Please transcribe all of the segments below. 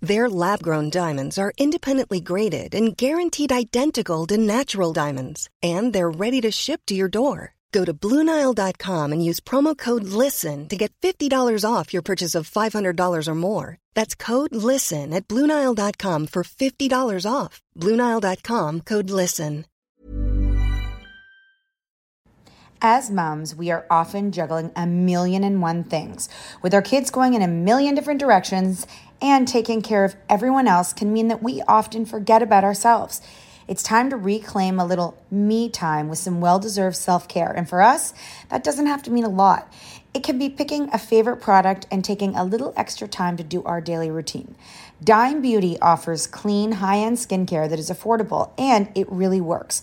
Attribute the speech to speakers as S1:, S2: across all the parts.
S1: Their lab grown diamonds are independently graded and guaranteed identical to natural diamonds, and they're ready to ship to your door. Go to BlueNile.com and use promo code LISTEN to get $50 off your purchase of $500 or more. That's code LISTEN at BlueNile.com for $50 off. BlueNile.com code LISTEN.
S2: As moms, we are often juggling a million and one things. With our kids going in a million different directions and taking care of everyone else can mean that we often forget about ourselves. It's time to reclaim a little me time with some well deserved self care. And for us, that doesn't have to mean a lot. It can be picking a favorite product and taking a little extra time to do our daily routine. Dime Beauty offers clean, high end skincare that is affordable and it really works.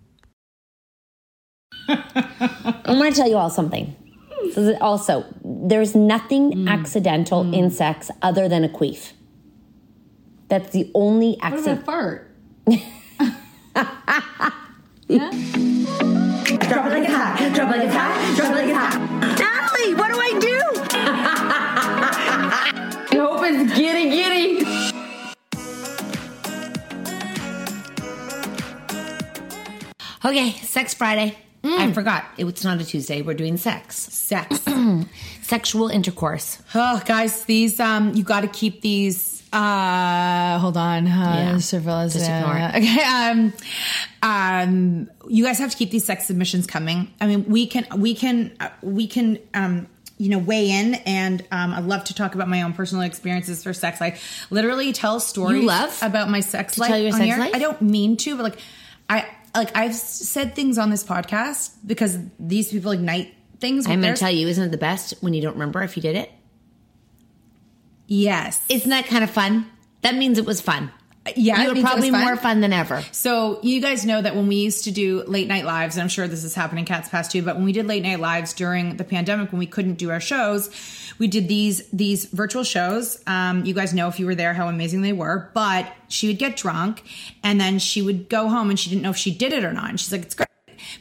S3: I want to tell you all something. So that also, there's nothing accidental in sex other than a queef. That's the only
S4: What about
S3: accident.
S4: a fart?
S5: Drop it like it's hot. Drop it like it's hot. Drop it like it's hot. Natalie, what do I do?
S4: I hope it's giddy giddy.
S5: Okay, Sex Friday.
S3: Mm.
S2: I forgot. It's not a Tuesday. We're doing sex. Sex.
S3: Sexual intercourse.
S2: Oh, guys, these um, you got to keep these. Uh, hold on. Uh,
S3: Yeah.
S2: surveillance-
S3: Just ignore it.
S2: Okay. Um, um, you guys have to keep these sex submissions coming. I mean, we can, we can, uh, we can, um, you know, weigh in, and um, I love to talk about my own personal experiences for sex. I literally tell stories
S3: love
S2: about my sex
S3: to
S2: life
S3: tell your
S2: on
S3: sex
S2: here.
S3: life?
S2: I don't mean to, but like, I like I've s- said things on this podcast because these people ignite things. with
S3: I'm going
S2: theirs.
S3: to tell you, isn't it the best when you don't remember if you did it?
S2: Yes.
S3: Isn't that kind of fun? That means it was fun.
S2: Yeah, it
S3: you were
S2: means it was
S3: probably
S2: fun.
S3: more fun than ever.
S2: So you guys know that when we used to do late night lives, and I'm sure this has happened in Cats Past too, but when we did late night lives during the pandemic, when we couldn't do our shows, we did these these virtual shows. Um, you guys know if you were there how amazing they were. But she would get drunk, and then she would go home, and she didn't know if she did it or not. And she's like, "It's great,"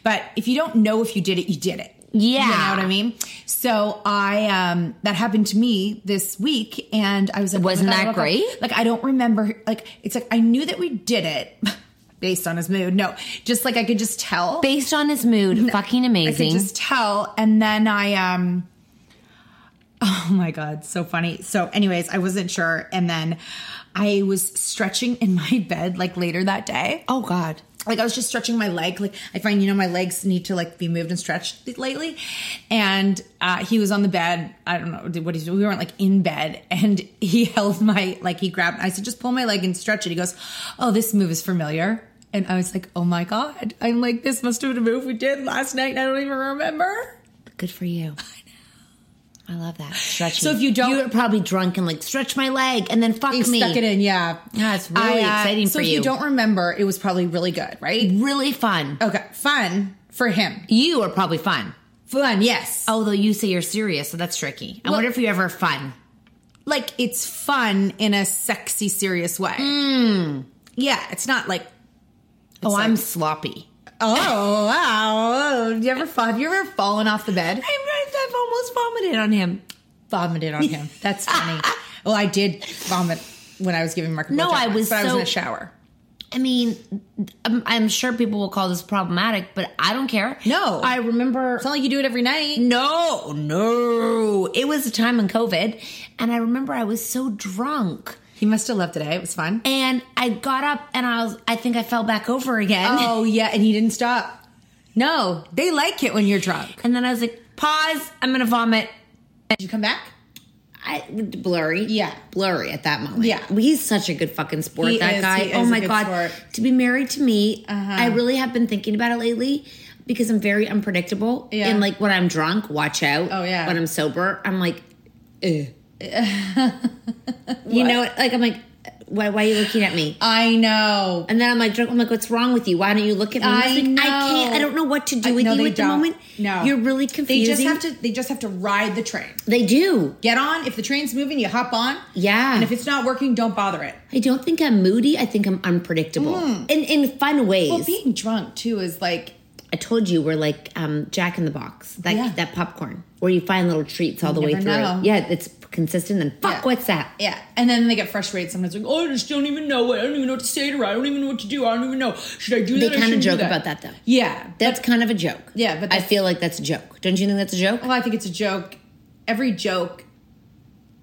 S2: but if you don't know if you did it, you did it.
S3: Yeah.
S2: You know what I mean? So I um that happened to me this week and I was like, oh my
S3: Wasn't
S2: God,
S3: that
S2: I woke up-
S3: great?
S2: like I don't remember like it's like I knew that we did it based on his mood. No, just like I could just tell.
S3: Based on his mood, fucking
S2: I could
S3: amazing.
S2: just tell and then I um Oh my god, so funny. So anyways, I wasn't sure and then I was stretching in my bed like later that day.
S3: oh God.
S2: Like I was just stretching my leg. Like I find, you know, my legs need to like be moved and stretched lately. And uh, he was on the bed. I don't know did- what he's. We weren't like in bed, and he held my like he grabbed. I said, just pull my leg and stretch it. He goes, oh, this move is familiar. And I was like, oh my god. I'm like, this must have been a move we did last night, and I don't even remember.
S3: Good for you. I love that. Stretching.
S2: So if you don't-
S3: you were probably drunk and like stretch my leg and then fuck
S2: He
S3: me.
S2: stuck it in. Yeah,
S3: Yeah, it's really
S2: I, uh,
S3: exciting
S2: so
S3: for
S2: if
S3: you.
S2: you don't remember, it was probably really good, right?
S3: really fun.
S2: Okay, fun for him.
S3: You are probably fun.
S2: Fun, yes.
S3: Although you say you're serious, so that's tricky. I
S2: Well-
S3: wonder if you're ever fun.
S2: like it's fun in a sexy, serious way. Yeah, it's not like
S3: Hmm. oh, I'm sloppy.
S2: oh wow. oh, You ever fall? Have you ever fallen off the bed?
S3: I'm, I've almost vomited on him.
S2: Vomited on him. That's funny. well, I did vomit when I was giving Mark. A
S3: No,
S2: blowjob
S3: I
S2: once,
S3: was
S2: but I was in
S3: so-
S2: a shower.
S3: I mean, I'm, I'm sure people will call this problematic, but I don't care.
S2: No.
S3: I remember.
S2: It's not like you do it every night.
S3: No, no. It was a time in COVID, and I remember I was so drunk.
S2: He must have loved today. It was fun.
S3: And I got up and I was, I think I fell back over again.
S2: oh yeah, and he didn't stop. No, they like it when you're drunk.
S3: And then I was like, pause, I'm gonna vomit.
S2: Did you come back?
S3: I, blurry.
S2: Yeah.
S3: Blurry at that moment.
S2: Yeah.
S3: He's such a good fucking sport,
S2: He
S3: that
S2: is,
S3: guy.
S2: he
S3: oh
S2: is a
S3: my
S2: good
S3: God.
S2: sport. Uh-huh.
S3: To be married to me, I really have been thinking about it lately because I'm very unpredictable.
S2: Yeah.
S3: And like when I'm drunk, watch out.
S2: Oh, yeah.
S3: When I'm sober, I'm like, eh. you know, like I'm like, why, why are you looking at me?
S2: I know.
S3: And then I'm like, drunk. I'm like, what's wrong with you? Why don't you look at me?
S2: I
S3: It's like, I
S2: know.
S3: can't. I don't know what to do
S2: I-
S3: with
S2: no,
S3: you
S2: they
S3: at the
S2: don't.
S3: moment.
S2: No,
S3: you're really
S2: They
S3: confusing.
S2: just have to. They just have to ride the train.
S3: They do.
S2: Get on. If the train's moving, you hop on.
S3: Yeah.
S2: And if it's not working, don't bother it.
S3: I don't think I'm moody. I think I'm unpredictable in in fun ways.
S2: Hmm. Well, being drunk too is like
S3: I told you we're like um, Jack in the Box, that
S2: Yeah.
S3: that popcorn where you find little treats all the way
S2: never
S3: through.
S2: know.
S3: Yeah, it's consistent. And fuck,
S2: Yeah.
S3: what's that?
S2: yeah. And then they get frustrated sometimes. Like, oh, I just don't even know. I don't even know what to say to her. I don't even know what to do. I don't even know. Should I do
S3: They
S2: that?
S3: kind of joke
S2: that?
S3: about that though.
S2: Yeah.
S3: That's kind of a joke.
S2: Yeah, but
S3: I
S2: that's-
S3: feel like that's a joke. Don't you think that's a joke?
S2: Well, I think it's a joke. Every joke,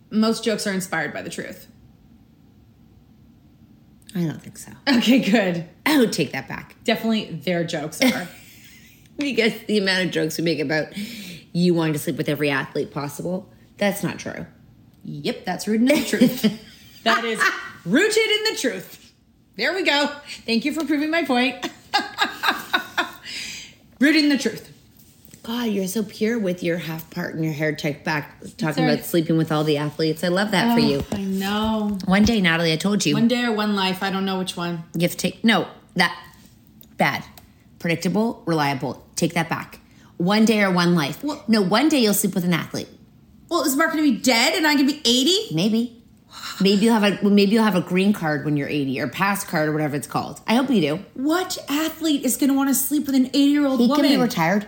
S2: most jokes are inspired by the truth.
S3: I don't think so.
S2: Okay, good.
S3: I would take that back
S2: Definitely, their jokes are.
S3: because the amount of jokes we make about you wanting to sleep with every athlete possible. That's not true.
S2: yep, that's rooted in the truth. that is rooted in the truth. There we go. Thank you for proving my point. rooted in the truth.
S3: God, you're so pure with your half part and your hair tucked back, talking
S2: all
S3: about
S2: right.
S3: sleeping with all the athletes. I love that for you.
S2: Oh, I know.
S3: One day, Natalie, I told you,
S2: One day or one life, I don't know which one.
S3: you have to take no that bad, predictable, reliable. Take that back. One day or one life. no, one day you'll sleep with an athlete.
S2: Well, is Mark gonna be dead and I'm gonna be 80?
S3: Maybe, maybe you'll have a well, maybe you'll have a green card when you're 80 or pass card or whatever it's called. I hope you do.
S2: What athlete is gonna wanna sleep with an 80 year old
S3: He
S2: woman?
S3: can be retired.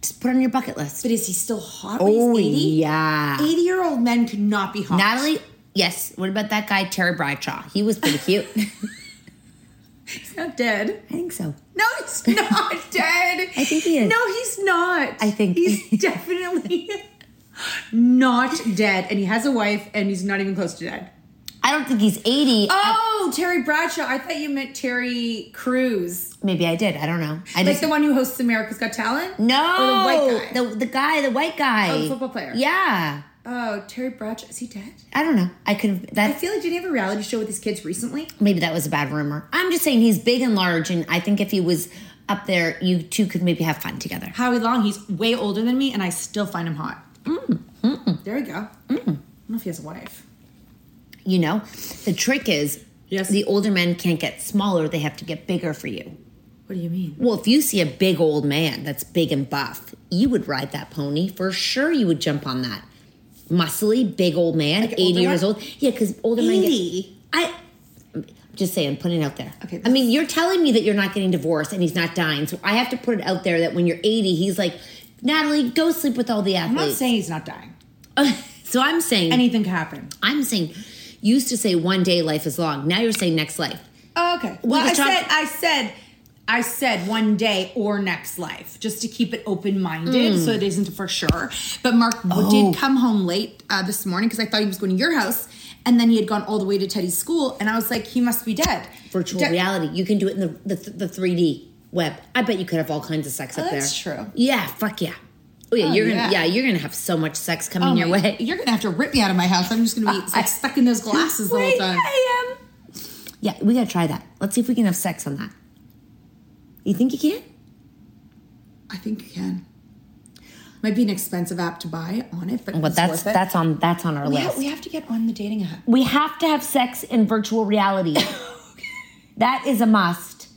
S3: Just put it on your bucket list.
S2: but is he still hot?
S3: Oh,
S2: when he's 80?
S3: yeah.
S2: 80 year old men could not be hot.
S3: Natalie, yes. What about that guy Terry Bradshaw? He was pretty cute.
S2: Isn't not dead.
S3: I think so.
S2: No, he's not dead.
S3: I think he is.
S2: No, he's not.
S3: I think-
S2: he's definitely not dead. And he has a wife, and he's not even close to dead.
S3: I don't think he's 80.
S2: Oh, Terry Bradshaw. I thought you meant Terry Crews,
S3: Maybe I did. I don't know. I
S2: like
S3: just
S2: the one who hosts America's Got Talent.
S3: no
S2: or the white guy.
S3: the the guy, the white guy,
S2: Oh, the football player.
S3: Yeah,
S2: Oh, Terry Bradshaw. Is he dead?
S3: I don't know. I could
S2: I
S3: that
S2: feel like did he have a reality show with his kids recently?
S3: maybe that was a bad rumor. I'm just saying he's big and large, and I think if he was up there, you two could maybe have fun together.
S2: Howie Long. He's way older than me, and I still find him hot.
S3: Mm,
S2: There we go. I don't know if he has a wife.
S3: You know, the trick is
S2: Yes.
S3: the older men can't get smaller; they have to get bigger for you.
S2: What do you mean?
S3: Well, if you see a big old man that's big and buff, you would ride that pony for sure. You would jump on that muscly, big old man, eighty
S2: older
S3: years
S2: one?
S3: old. Yeah, because older men get
S2: 80?
S3: I just saying, put it out there.
S2: Okay,
S3: I mean, you're telling me that you're not getting divorced and he's not dying, so I have to put it out there that when you're 80, he's like, Natalie, go sleep with all the
S2: I'm not
S3: athletes.
S2: saying he's not dying.
S3: so I'm saying,
S2: Anything could happen.
S3: I'm saying, you used to say one day life is long. Now you're saying next life.
S2: Oh, okay. Well, I
S3: just talked-
S2: said, I said, I said one day or next life, just to keep it open minded,
S3: Mm.
S2: so it isn't for sure. But Mark w
S3: Oh.
S2: did come home late uh, this morning because I thought he was going to your house, and then he had gone all the way to Teddy's school, and I was like, he must be dead.
S3: Virtual
S2: De-
S3: reality. You can do it in the, the, the 3D web. I bet you could have all kinds of sex up there.
S2: Oh, that's true.
S3: Yeah, fuck yeah. Oh yeah, you're gonna
S2: yeah.
S3: yeah. you're gonna have so much sex coming
S2: Oh
S3: your
S2: my-
S3: way.
S2: You're gonna have to rip me out of my house. I'm just gonna be like, stuck in those glasses the whole
S3: Wait,
S2: time.
S3: I am. Yeah, we gotta try that. Let's see if we can have sex on that. You think you can?
S2: I think you can. Might be an expensive app to buy on it, but
S3: Well,
S2: it's
S3: that's
S2: worth it.
S3: that's on that's on our
S2: We
S3: list.
S2: have, we have to get on the dating app.
S3: We have to have sex in virtual reality. that is a must.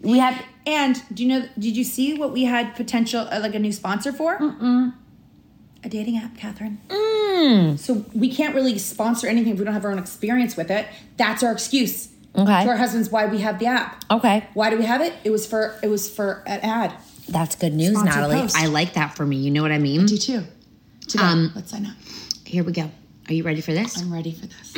S3: We have
S2: And do you know? Did you see what we had potential uh, like a new sponsor for? Mm-mm. Mm. A dating app, Catherine. So we can't really sponsor anything if we don't have our own experience with it. That's our excuse to our
S3: okay.
S2: husbands why we have the app.
S3: Okay,
S2: Why do we have it? It was for it was for an ad.
S3: that's good news,
S2: Sponsored
S3: Natalie.
S2: post.
S3: I like that for me. You know what I mean?
S2: You too. Today, let's sign up.
S3: Here we go. Are you ready for this?
S2: I'm ready for this.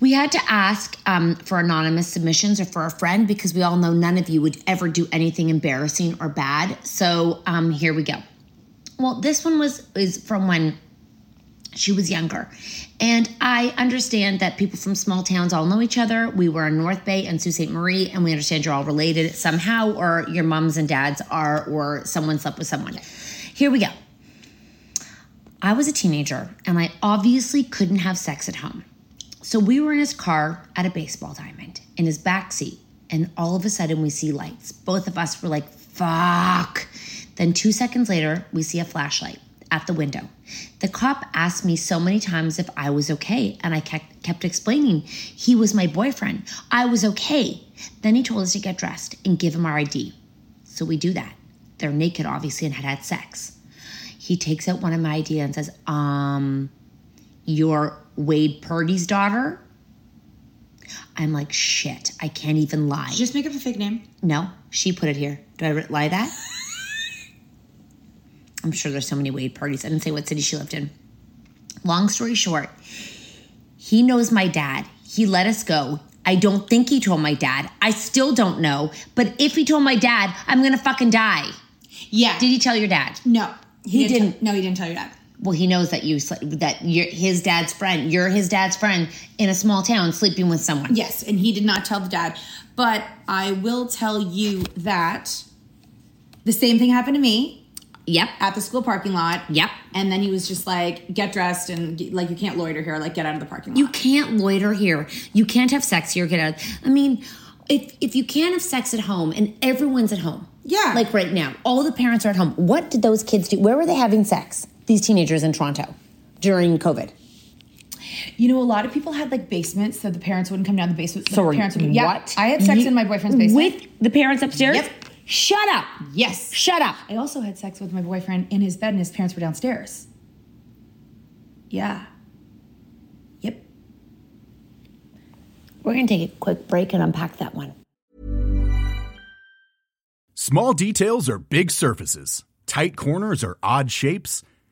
S3: We had to ask um, for anonymous submissions or for a friend because we all know none of you would ever do anything embarrassing or bad. So um, here we go. Well, this one was is from when she was younger. And I understand that people from small towns all know each other. We were in North Bay and Sault Ste. Marie, and we understand you're all related somehow, or your moms and dads are, or someone slept with someone. Here we go. I was a teenager, and I obviously couldn't have sex at home. So we were in his car at a baseball diamond in his back seat, and all of a sudden we see lights. Both of us were like, fuck. Then two seconds later, we see a flashlight at the window. The cop asked me so many times if I was okay, and I kept, kept explaining he was my boyfriend. I was okay. Then he told us to get dressed and give him our ID. So we do that. They're naked, obviously, and had had sex. He takes out one of my ID and says, um, you're Wade Purdy's daughter. I'm like, shit, I can't even lie.
S2: Just make up a fake name.
S3: no, she put it here. Do I re- lie that? I'm sure there's so many Wade parties. I didn't say what city she lived in. Long story short, he knows my dad. He let us go. I don't think he told my dad. I still don't know. But if he told my dad, I'm gonna fucking die.
S2: Yeah.
S3: Did he tell your dad?
S2: No,
S3: He
S2: tell-
S3: didn't.
S2: no, he didn't tell you that.
S3: Well, he knows that you sl- that you're his dad's friend. You're his dad's friend in a small town sleeping with someone.
S2: Yes, and he did not tell the dad. But I will tell you that the same thing happened to me
S3: Yep.
S2: at the school parking lot.
S3: Yep.
S2: And then he was just like, get dressed and like, you can't loiter here. Like, get out of the parking lot.
S3: You can't loiter here. You can't have sex here. Get out. I mean, if if you can't have sex at home and everyone's at home.
S2: Yeah.
S3: Like right now, all the parents are at home. What did those kids do? Where were they having sex? These teenagers in Toronto during COVID.
S2: You know, a lot of people had like basements so the parents wouldn't come down the basement. So
S3: Sorry,
S2: the parents would,
S3: what?
S2: yeah, I had sex in my boyfriend's basement.
S3: With the parents upstairs?
S2: Yep.
S3: Shut up.
S2: yes.
S3: Shut up.
S2: I also had sex with my boyfriend in his bed and his parents were downstairs. Yeah. Yep.
S3: We're going to take a quick break and unpack that one.
S6: Small details are big surfaces. Tight corners are odd shapes.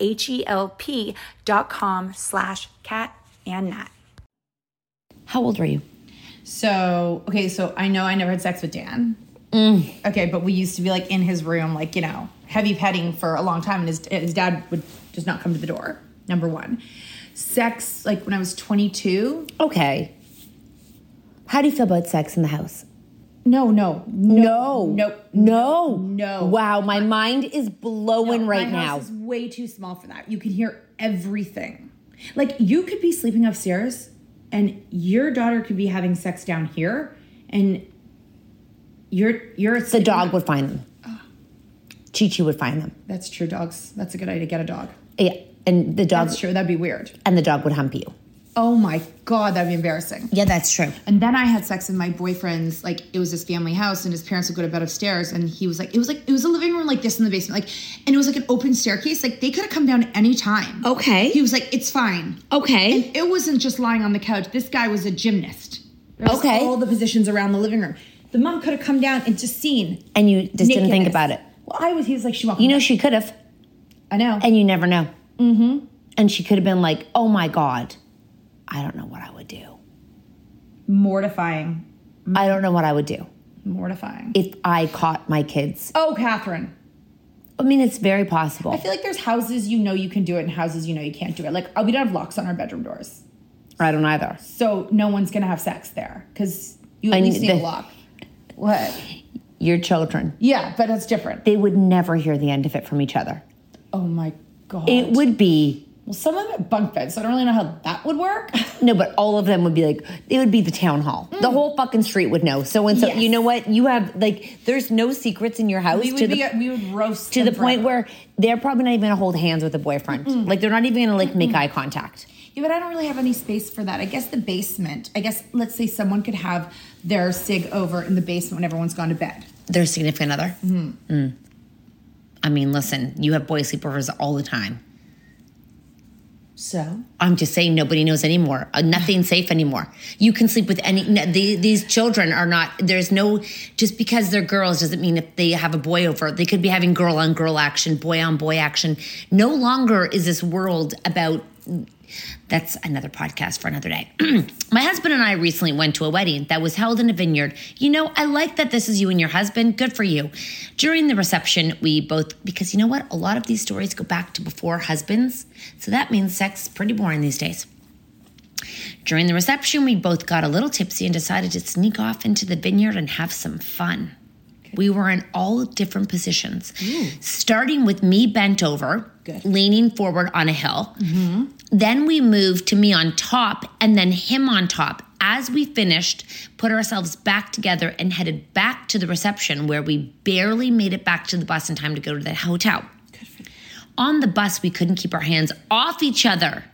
S2: H-E-L-P dot com slash cat and nat.
S3: How old were you?
S2: So, okay, so I know I never had sex with Dan.
S3: Mm.
S2: Okay, but we used to be like in his room, like, you know, heavy petting for a long time and his, his dad would just not come to the door, number one. Sex, like when I was 22.
S3: Okay. How do you feel about sex in the house?
S2: No, no, no,
S3: no,
S2: Oh, no,
S3: no. Wow, my mind is blowing
S2: No,
S3: right
S2: my
S3: now.
S2: house is way too small for that. You can hear everything. Like you could be sleeping upstairs, and your daughter could be having sex down here, and you're you're
S3: the dog would find them. Chi Chi would find them.
S2: That's true. Dogs. That's a good idea. Get a dog.
S3: Yeah, and the dog
S2: That's true. That'd be weird.
S3: and the dog would hump you.
S2: Oh my god, that'd be embarrassing.
S3: Yeah, that's true.
S2: And then I had sex in my boyfriend's like it was his family house, and his parents would go to bed upstairs, and he was like, it was like it was a living room like this in the basement, like, and it was like an open staircase, like they could have come down any time.
S3: Okay.
S2: He was like, it's fine.
S3: Okay.
S2: And it wasn't just lying on the couch. This guy was a gymnast. There was
S3: Okay.
S2: All the positions around the living room. The mom could have come down and just seen.
S3: And you just didn't think
S2: Nakedness.
S3: about it.
S2: Well, I was. He was like, she walked.
S3: You know, she could have.
S2: I know.
S3: And you never know.
S2: Mm-hmm.
S3: And she could have been like, oh my God, I don't know what I would do.
S2: Mortifying.
S3: I don't know what I would do
S2: Mortifying.
S3: if I caught my kids.
S2: Oh, Catherine.
S3: I mean, it's very possible.
S2: I feel like there's houses you know you can do it and houses you know you can't do it. Like uh, we don't have locks on our bedroom doors,
S3: I don't either.
S2: so no one's gonna have sex there because you at
S3: And
S2: least need
S3: the-
S2: a lock. What?
S3: Your children,
S2: Yeah, but it's different.
S3: they would never hear the end of it from each other.
S2: Oh my god.
S3: It would be,
S2: well, some of them are bunk beds, so I don't really know how that would work.
S3: no, but all of them would be like, it would be the town hall. The whole fucking street would know. So and so,
S2: Mm. Yes.
S3: you know what? You have, like, there's no secrets in your house.
S2: we would
S3: to
S2: be
S3: the,
S2: we would roast
S3: to
S2: them
S3: the point
S2: forever.
S3: where they're probably not even gonna hold hands with a boyfriend. Like they're not even gonna like make eye contact.
S2: Yeah, but I don't really have any space for that. I guess the basement. I guess let's say someone could have their sig over in the basement when everyone's gone to bed.
S3: Their significant other.
S2: Mm-hmm.
S3: Mm. I mean, listen, you have boy sleepovers all the time.
S2: So
S3: I'm just saying, nobody knows anymore. Uh, nothing's safe anymore. You can sleep with any. n the, these children are not. There's no. Just because they're girls doesn't mean if they have a boy over, they could be having girl on girl action, boy on boy action. No longer is this world about. That's another podcast for another day. My husband and I recently went to a wedding that was held in a vineyard. You know, I like that this is you and your husband. Good for you. During the reception, we both, because you know what? A lot of these stories go back to before husbands. So that means sex is pretty boring these days. During the reception, we both got a little tipsy and decided to sneak off into the vineyard and have some fun. We were in all different positions, starting with me bent over, leaning forward on a hill. Then we moved to me on top and then him on top. As we finished, put ourselves back together and headed back to the reception where we barely made it back to the bus in time to go to the hotel. On the bus, we couldn't keep our hands off each other.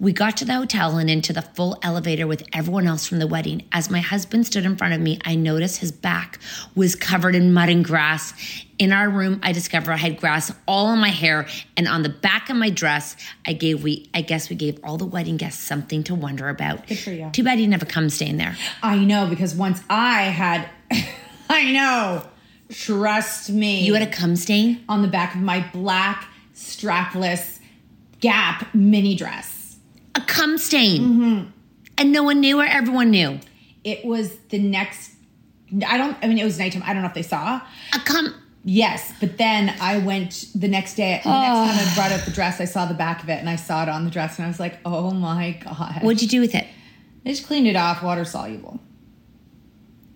S3: We got to the hotel and into the full elevator with everyone else from the wedding. As my husband stood in front of me, I noticed his back was covered in mud and grass. In our room, I discovered I had grass all on my hair and on the back of my dress. I gave we I guess we gave all the wedding guests something to wonder about. Good for you. Too bad he never come staying there.
S2: I know because once I had, I know. Trust me.
S3: You had a cum stain?
S2: on the back of my black strapless Gap mini dress.
S3: A cum stain. And no one knew or everyone knew.
S2: It was the next. I don't. I mean, it was nighttime. I don't know if they saw.
S3: A cum
S2: Yes, but then I went the next day. The next time I brought up the dress, I saw the back of it and I saw it on the dress, and I was like, "Oh my god!"
S3: What'd you do with it?
S2: I just cleaned it off, water soluble.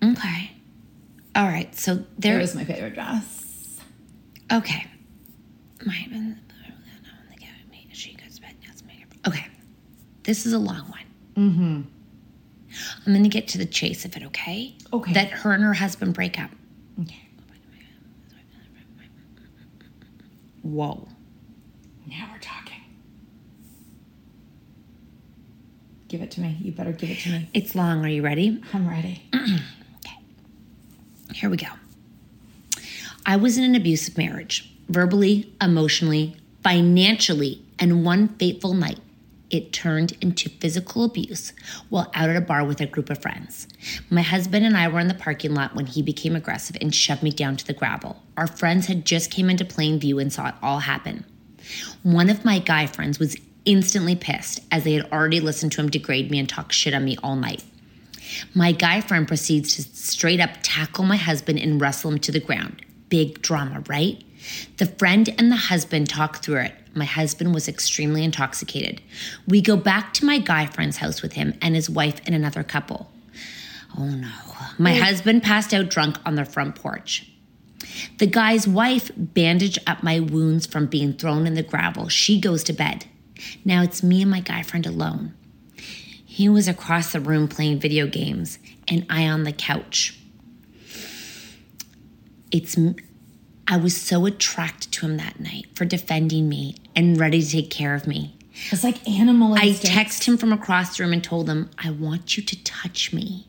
S3: Okay. All right. So
S2: It
S3: there
S2: was my favorite dress.
S3: Okay. My husband- she goes back, does makeup. Okay. This is a long one. Mm-hmm. I'm going to get to the chase of it, okay?
S2: Okay.
S3: That her and her husband break up.
S2: Okay.
S3: Whoa.
S2: Now we're talking. Give it to me. You better give it to me.
S3: It's long. Are you ready?
S2: I'm ready.
S3: Here we go. I was in an abusive marriage, verbally, emotionally, financially, and one fateful night, it turned into physical abuse while out at a bar with a group of friends. My husband and I were in the parking lot when he became aggressive and shoved me down to the gravel. Our friends had just came into plain view and saw it all happen. One of my guy friends was instantly pissed as they had already listened to him degrade me and talk shit on me all night. My guy friend proceeds to straight up tackle my husband and wrestle him to the ground. Big drama, right? The friend and the husband talk through it. My husband was extremely intoxicated. We go back to my guy friend's house with him and his wife and another couple. Oh no. My husband passed out drunk on their front porch. The guy's wife bandaged up my wounds from being thrown in the gravel. She goes to bed. Now it's me and my guy friend alone. He was across the room playing video games, and I on the couch. It's m- I was so attracted to him that night for defending me and ready to take care of me. It's like animal. I text him from across the room and told him, "I want you to touch me."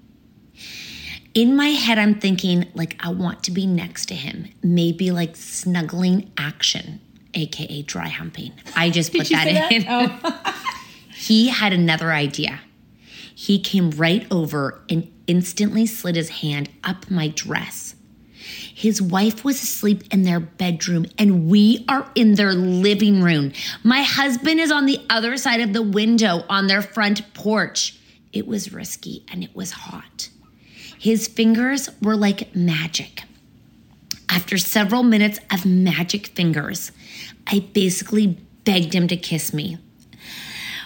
S3: In my head, I'm thinking like I want to be next to him, maybe like snuggling action, aka dry humping. I just put that in. he had another idea. He came right over and instantly slid his hand up my dress. His wife was asleep in their bedroom, and we are in their living room. My husband is on the other side of the window on their front porch. It was risky and it was hot. His fingers were like magic. After several minutes of magic fingers, I basically begged him to kiss me.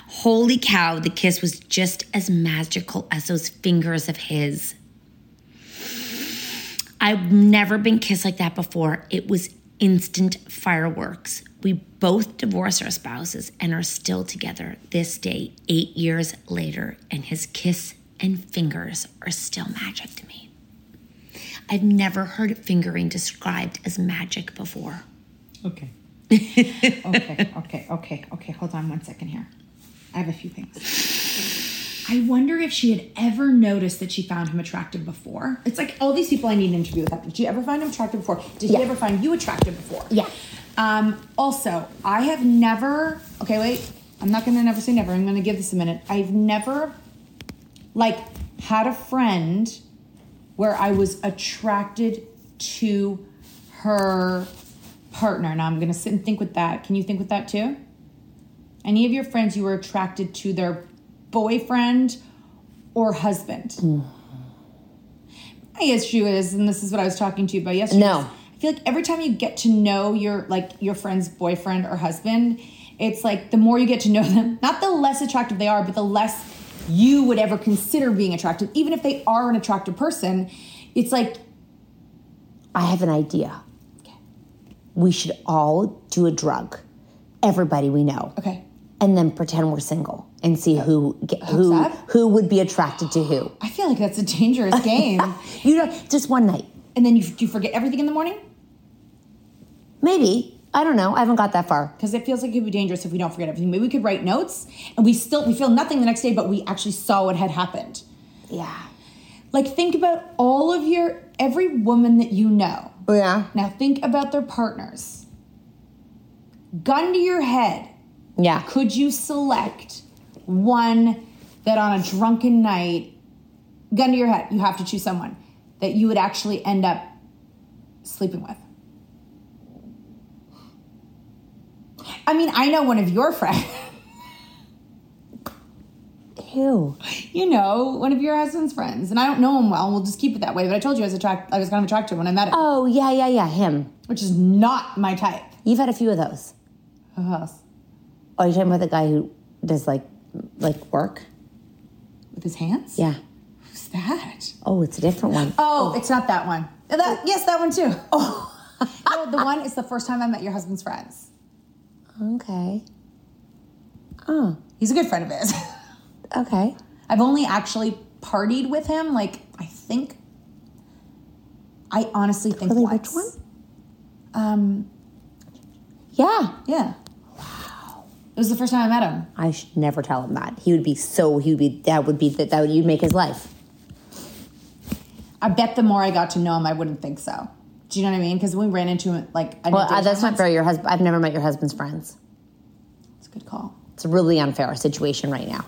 S3: Holy cow, the kiss was just as magical as those fingers of his. I've never been kissed like that before. It was instant fireworks. We both divorced our spouses and are still together this day, eight years later, and his kiss and fingers are still magic to me. I've never heard fingering described as magic before.
S2: Okay. okay, okay, okay, okay. Hold on one second here. I have a few things.
S7: I wonder if she had ever noticed that she found him attractive before.
S2: It's like all these people I need an interview with. Did you ever find him attractive before? Did
S7: Yeah.
S2: he ever find you attractive before?
S7: Yeah.
S2: Um, also, I have never. Okay, wait. I'm not gonna never say never. I'm gonna give this a minute. I've never, like, had a friend where I was attracted to her partner. Now I'm gonna sit and think with that. Can you think with that too? Any of your friends you were attracted to their boyfriend or husband?
S3: Mm-hmm.
S2: My issue is, and this is what I was talking to you about yesterday.
S3: No.
S2: is I feel like every time you get to know your like your friend's boyfriend or husband, it's like the more you get to know them, not the less attractive they are, but the less you would ever consider being attractive, even if they are an attractive person. It's like
S3: I have an idea. We should all do a drug, everybody we know.
S2: Okay.
S3: And then pretend we're single and see who get, who who would be attracted to who.
S2: I feel like that's a dangerous game.
S3: you know, just one night,
S2: and then you do you forget everything in the morning.
S3: Maybe I don't know. I haven't got that far.
S2: because it feels like it would be dangerous if we don't forget everything. Maybe we could write notes and we still we feel nothing the next day, but we actually saw what had happened.
S3: Yeah.
S2: Like think about all of your every woman that you know.
S3: Oh, Yeah.
S2: Now think about their partners. Gun to your head.
S3: Yeah.
S2: Could you select one that on a drunken night, gun to your head, you have to choose someone that you would actually end up sleeping with? I mean, I know one of your friends.
S3: Who?
S2: You know, one of your husband's friends, and I don't know him well. and We'll just keep it that way. But I told you I was attract, I was kind of attracted when I met him.
S3: Oh yeah, yeah, yeah. Him.
S2: Which is not my type.
S3: You've had a few of those.
S2: Who else?
S3: Are you talking about the guy who does like like work?
S2: With his hands?
S3: Yeah.
S2: Who's that?
S3: Oh, it's a different one.
S2: Oh, it's not that one. Uh, That, yes, that one too. Oh, no, the one is the first time I met your husband's friends.
S3: Okay. Oh.
S2: He's a good friend of his.
S3: Okay.
S2: I've only actually partied with him, like I think. I honestly think really, once. Which one? Um.
S3: Yeah.
S2: Yeah. It was the first time I met him.
S3: I should never tell him that. He would be so. He would be. That would be that. That would you'd make his life.
S2: I bet the more I got to know him, I wouldn't think so. Do you know what I mean? Because we ran into him like. I
S3: well, uh, that's not fair. Your husband. I've never met your husband's friends.
S2: It's a good call.
S3: It's a really unfair situation right now.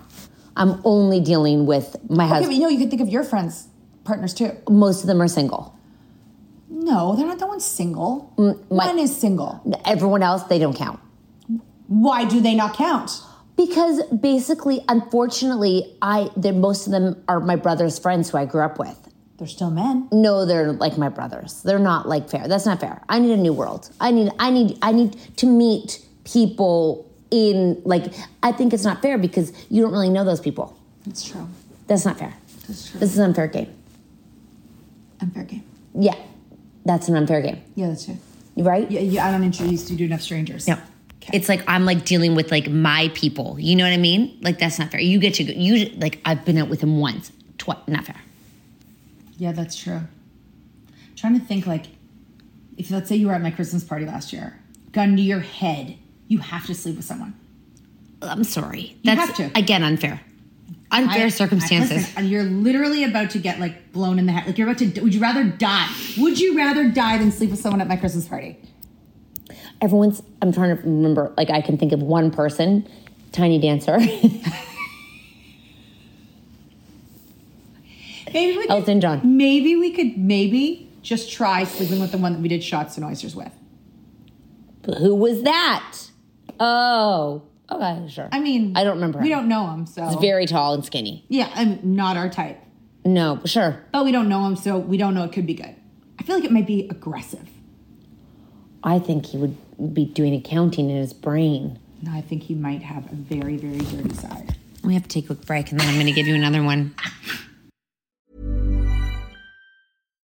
S3: I'm only dealing with my
S2: Okay, but
S3: husband.
S2: you know, you could think of your friends, partners too.
S3: Most of them are single.
S2: No, they're not that one's single.
S3: Mm,
S2: one is single.
S3: Everyone else, they don't count.
S2: Why do they not count?
S3: Because basically, unfortunately, I they're- most of them are my brother's friends who I grew up with.
S2: They're still men.
S3: No, they're like my brothers. They're not like fair. That's not fair. I need a new world. I need I need I need to meet people in like I think it's not fair because you don't really know those people.
S2: That's true.
S3: That's not fair.
S2: That's true.
S3: This is an unfair game.
S2: Unfair game.
S3: Yeah. That's an unfair game.
S2: Yeah, that's true.
S3: Right?
S2: Yeah, yeah I don't introduce you to enough strangers.
S3: No. It's like I'm like dealing with like my people. You know what I mean? Like that's not fair. You get to go, you like I've been out with him once, twice. Not fair.
S7: Yeah, that's true. trying to think like if let's say you were at my Christmas party last year, gun to your head, you have to sleep with someone.
S3: I'm sorry.
S2: You
S3: That's
S2: have
S3: again unfair. Unfair
S2: I- I,
S3: circumstances.
S2: listen, and you're literally about to get like blown in the head. Like you're about to. Would you rather die? Would you rather die than sleep with someone at my Christmas party?
S3: Everyone's. I'm trying to remember. Like I can think of one person, tiny dancer,
S2: Maybe we
S3: Elton John.
S2: Maybe we could maybe just try sleeping with the one that we did shots and oysters with.
S3: Who was that? Oh, okay, sure.
S2: I mean,
S3: I don't remember.
S2: We
S3: him.
S2: don't know him, so
S3: He's very tall and skinny.
S2: yeah, I'm not our type.
S3: No, sure.
S2: But we don't know him, so we don't know it could be good. I feel like it might be aggressive.
S3: I think he would be doing accounting in his brain.
S2: No, I think he might have a very, very dirty side.
S3: We have to take a quick break, and then I'm going to give you another one.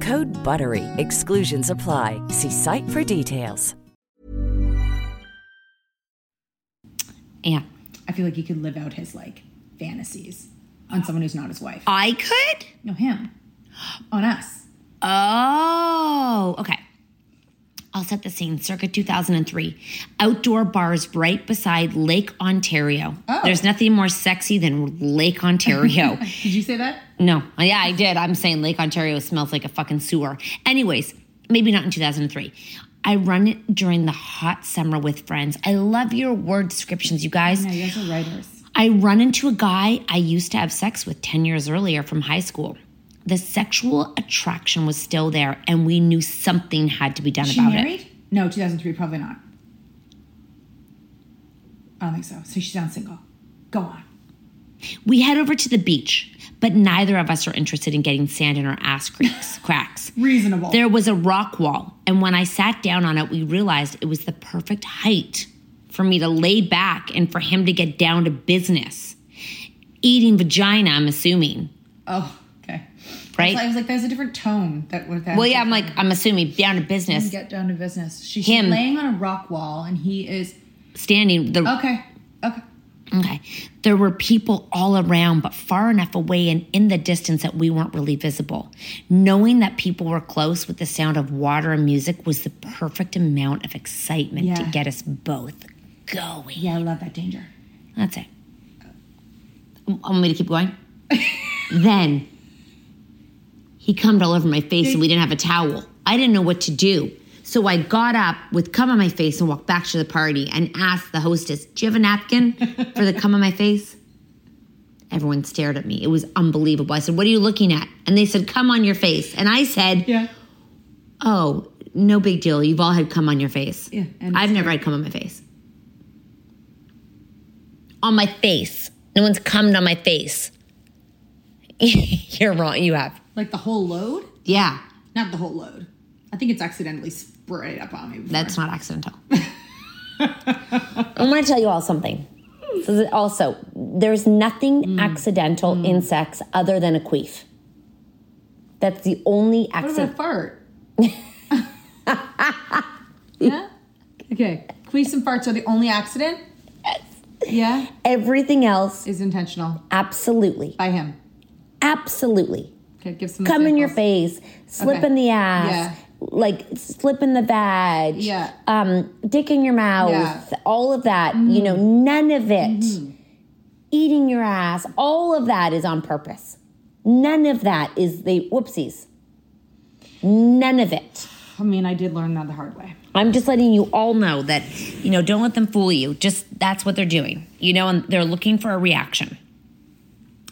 S8: Code BUTTERY. Exclusions apply. See site for details.
S3: Yeah.
S2: I feel like he could live out his like fantasies on someone who's not his wife.
S3: I could?
S2: No, him. On us.
S3: Oh, okay. I'll set the scene. Circa 2003, outdoor bars right beside Lake Ontario.
S2: Oh.
S3: There's nothing more sexy than Lake Ontario.
S2: Did you say that?
S3: No, yeah, I did. I'm saying Lake Ontario smells like a fucking sewer. Anyways, maybe not in 2003. I run it during the hot summer with friends. I love your word descriptions, you guys.
S2: No, you guys are writers.
S3: I run into a guy I used to have sex with 10 years earlier from high school. The sexual attraction was still there, and we knew something had to be done
S2: Is she
S3: about
S2: married?
S3: it.
S2: No, 2003, probably not. I don't think so. So she sounds single. Go on.
S3: We head over to the beach, but neither of us are interested in getting sand in our ass creaks, cracks.
S2: Reasonable.
S3: There was a rock wall, and when I sat down on it, we realized it was the perfect height for me to lay back and for him to get down to business. Eating vagina, I'm assuming.
S2: Oh, okay. That's
S3: Right?
S2: why I was like, there's a different tone that with that.
S3: Well, yeah, I'm like, I'm assuming down to business.
S2: Get down to business. She's
S3: Him.
S2: laying on a rock wall, and he is
S3: Standing, the
S2: okay.
S3: Okay. There were people all around, but far enough away and in the distance that we weren't really visible. Knowing that people were close with the sound of water and music was the perfect amount of excitement to
S2: Yeah.
S3: get us both going.
S2: Yeah, I love that danger.
S3: That's it. Want me to keep going? then he cummed all over my face and we didn't have a towel. I didn't know what to do. So I got up with cum on my face and walked back to the party and asked the hostess, Do you have a napkin for the cum on my face? Everyone stared at me. It was unbelievable. I said, What are you looking at? And they said, Cum on your face. And I said, Oh, no big deal. You've all had cum on your face.
S2: Yeah, and
S3: I've never had cum on my face. On my face. No one's cummed on my face. You're wrong. You have.
S2: Like the whole load?
S3: Yeah,
S2: Not the whole load. I think it's accidentally sprayed up on me. Before.
S3: that's not accidental. I want to tell you all something. So that also, there's nothing accidental in sex other than a queef. That's the only
S2: What about a
S3: accident.
S2: fart? yeah? Okay. Queefs and farts are the only accident? Yes. Yeah?
S3: Everything else
S2: is intentional.
S3: Absolutely.
S2: By him.
S3: Absolutely.
S2: Okay, give some.
S3: Come in your
S2: examples.
S3: face, slip
S2: Okay.
S3: in the ass,
S2: Yeah.
S3: like slip in the vag,
S2: Yeah.
S3: um, dick in your mouth,
S2: Yeah. Mm-hmm.
S3: all of that. You know, none of it. Eating your ass, all of that is on purpose. None of that is the whoopsies. None of it.
S2: I mean, I did learn that the hard way.
S3: I'm just letting you all know that, you know, don't let them fool you. Just that's what they're doing, you know, and they're looking for a reaction.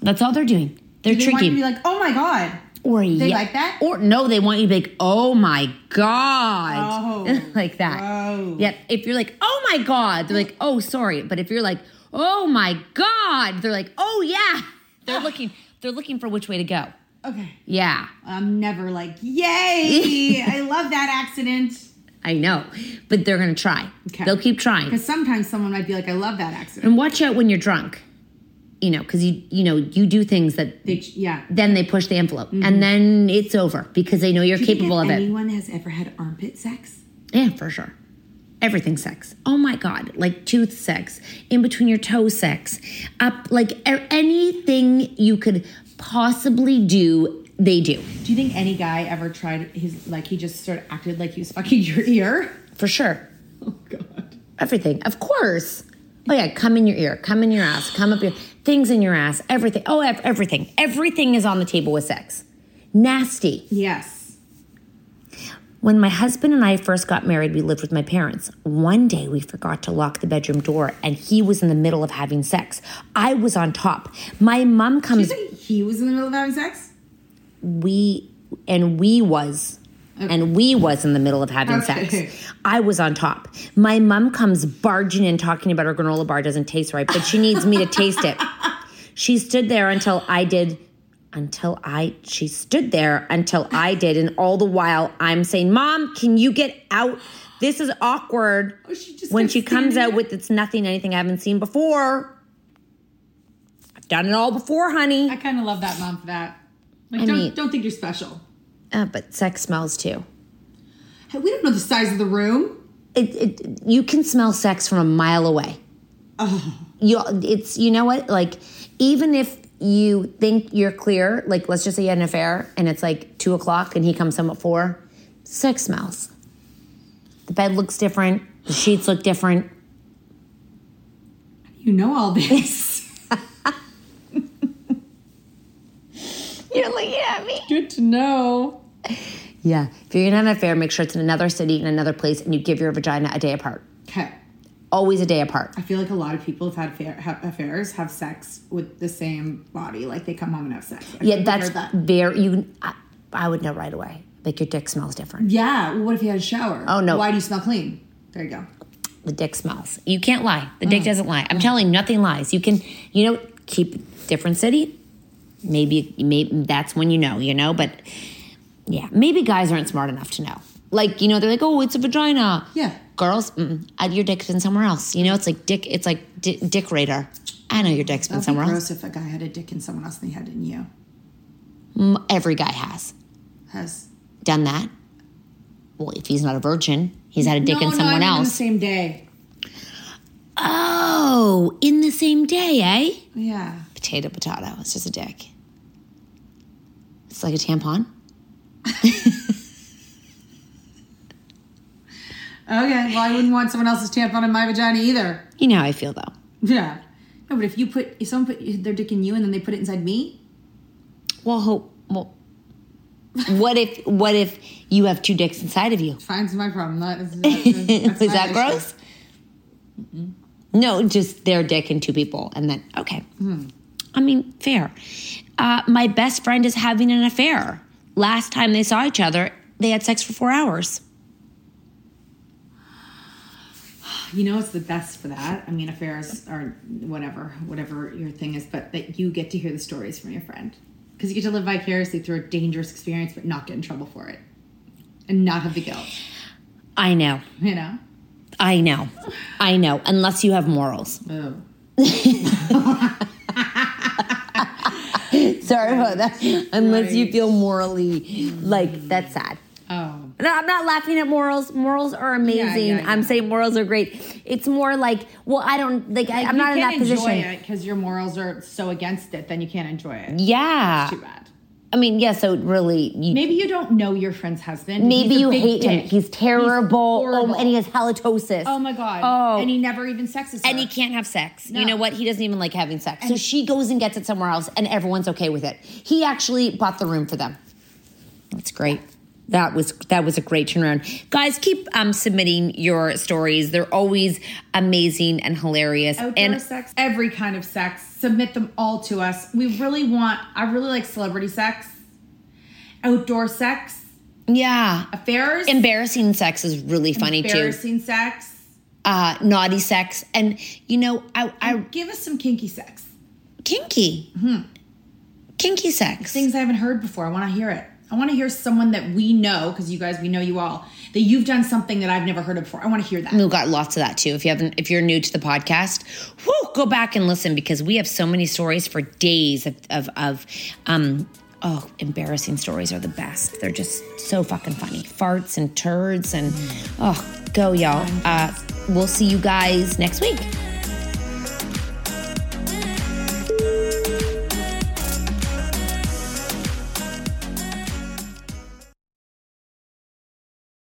S3: That's all they're doing. They're
S2: Do they want
S3: tricky.
S2: you to be like, oh my god.
S3: or they
S2: like that?
S3: Or no, they want you to be like, oh my god,
S2: Oh,
S3: like that. Yep. If you're like, oh my god, they're like, oh sorry. But if you're like, oh my god, they're like, oh yeah. They're looking. They're looking for which way to go.
S2: Okay.
S3: Yeah.
S2: I'm never like, yay! I love that accident.
S3: I know, but they're gonna try. They'll keep trying.
S2: Because sometimes someone might be like, I love that accident.
S3: And watch out when you're drunk. You know, because you you know you do things that
S2: yeah.
S3: Then they push the envelope,
S2: Mhm.
S3: and then it's over because they know you're
S2: Do you think
S3: capable
S2: if
S3: of it.
S2: Anyone has ever had armpit sex?
S3: Yeah, for sure. Everything sex. Oh my god, like tooth sex, in between your toe sex, up like a- anything you could possibly do, they do.
S2: Do you think any guy ever tried his like he just sort of acted like he was fucking your ear?
S3: For sure. Everything, of course. Oh yeah, come in your ear, come in your ass, come up your things in your ass, everything. Oh, ev- everything, everything is on the table with sex. Nasty.
S2: Yes.
S3: When my husband and I first got married, we lived with my parents. One day we forgot to lock the bedroom door and he was in the middle of having sex. I was on top. My mom
S2: Hmm.
S3: comes
S2: He was in the middle of having sex?
S3: we and we was and we was in the middle of having
S2: Okay.
S3: sex. I was on top. My mom comes barging in talking about her granola bar doesn't taste right, but she needs me to taste it. She stood there until I did until I she stood there until I did and all the while I'm saying, "Mom, can you get out? This is awkward." when she comes out with it's nothing anything I haven't seen before. I've done it all before, honey.
S2: I kinda love that mom for that. Like
S3: I
S2: don't
S3: mean-
S2: don't think you're special.
S3: Uh, but sex smells too.
S2: Hey, we don't know the size of the room.
S3: It, it you can smell sex from a mile away.
S2: Oh.
S3: You it's you know what like even if you think you're clear like let's just say you had an affair and it's like two o'clock and he comes home at four, sex smells. The bed looks different. The sheets look different.
S2: You know all this.
S3: You're looking at me.
S2: Good to know.
S3: Yeah. If you're gonna have an affair, make sure it's in another city, in another place, and you give your vagina a day apart.
S2: Okay.
S3: Always a day apart.
S2: I feel like a lot of people have had affair, have affairs have sex with the same body. Like they come home and have sex. I
S3: yeah,
S2: think I've
S3: that's
S2: heard that.
S3: very you. I, I would know right away. Like your dick smells different.
S2: Yeah. Well, what if you had a shower?
S3: Oh, no.
S2: Why do you smell clean? There you go.
S3: the dick smells. You can't lie. The
S2: Mm.
S3: dick doesn't lie. I'm telling you, nothing lies. You can, you know, keep different city. Maybe, maybe that's when you know, you know. But yeah, maybe guys aren't smart enough to know. Like you know, they're like, oh, it's a vagina.
S2: Yeah.
S3: Girls, mm, uh, your dick's been somewhere else. You know, it's like dick. It's like di- dick radar. I know your dick's been
S2: That'd
S3: somewhere
S2: be
S3: else.
S2: gross if a guy had a dick in someone else and they had it in you.
S3: Mm, Every guy has
S2: Has
S3: done that. Well, if he's not a virgin, he's had a dick
S2: No,
S3: in
S2: no,
S3: someone
S2: I mean On the
S3: else.
S2: same day.
S3: oh, in the same day, eh?
S2: Yeah.
S3: potato potato. It's just a dick. It's like a tampon.
S2: Okay. Well, I wouldn't want someone else's tampon in my vagina either.
S3: You know how I feel though.
S2: Yeah. No, but if you put if someone put their dick in you and then they put it inside me,
S3: Well, hope. Well, what if what if you have two dicks inside of you?
S2: fine's my problem. That is,
S3: Is
S2: that's my
S3: that
S2: issue.
S3: gross? No, just their dick and two people, and then okay.
S2: Hmm.
S3: I mean, fair. Uh, my best friend is having an affair. Last time they saw each other, they had sex for four hours.
S2: You know, it's the best for that. I mean, affairs are whatever, whatever your thing is, but that you get to hear the stories from your friend because you get to live vicariously through a dangerous experience, but not get in trouble for it and not have the guilt.
S3: I know.
S2: You know.
S3: I know. I know. Unless you have morals.
S2: Oh. Mm.
S3: Sorry about that. Unless you feel morally like that's sad.
S2: Oh.
S3: No, I'm not laughing at morals. Morals are amazing.
S2: yeah, yeah.
S3: I'm saying morals are great. It's more like, well, I don't like. I, I'm not in that position.
S2: because your morals are so against it. Then you can't enjoy it.
S3: Yeah.
S2: It's too bad.
S3: I mean, yeah. So really, you,
S2: Maybe you don't know your friend's husband.
S3: maybe
S2: He's a
S3: you
S2: big
S3: hate him.
S2: dick.
S3: He's terrible.
S2: horrible.
S3: oh, and he has halitosis.
S2: Oh my god.
S3: Oh.
S2: And he never even sexes her.
S3: and he can't have sex.
S2: No.
S3: You know what? He doesn't even like having sex. so she goes and gets it somewhere else, and everyone's okay with it. He actually bought the room for them. That's great. That was that was a great turnaround, guys. Keep um, submitting your stories; they're always amazing and hilarious.
S2: Outdoor
S3: and
S2: sex, every kind of sex. Submit them all to us. We really want. I really like celebrity sex, outdoor sex,
S3: yeah,
S2: affairs,
S3: embarrassing sex is really funny too.
S2: embarrassing sex.
S3: Uh, naughty sex, and you know, I, I
S2: Give us some kinky sex.
S3: kinky, kinky sex.
S2: Things I haven't heard before. I want to hear it. I want to hear someone that we know because you guys, we know you all. That you've done something that I've never heard of before. I want to hear that.
S3: We've got lots of that too. If you haven't, if you're new to the podcast, whoo, go back and listen because we have so many stories for days of, of, of um, oh, embarrassing stories are the best. They're just so fucking funny. Farts and turds and, oh, go y'all. Uh, we'll see you guys next week.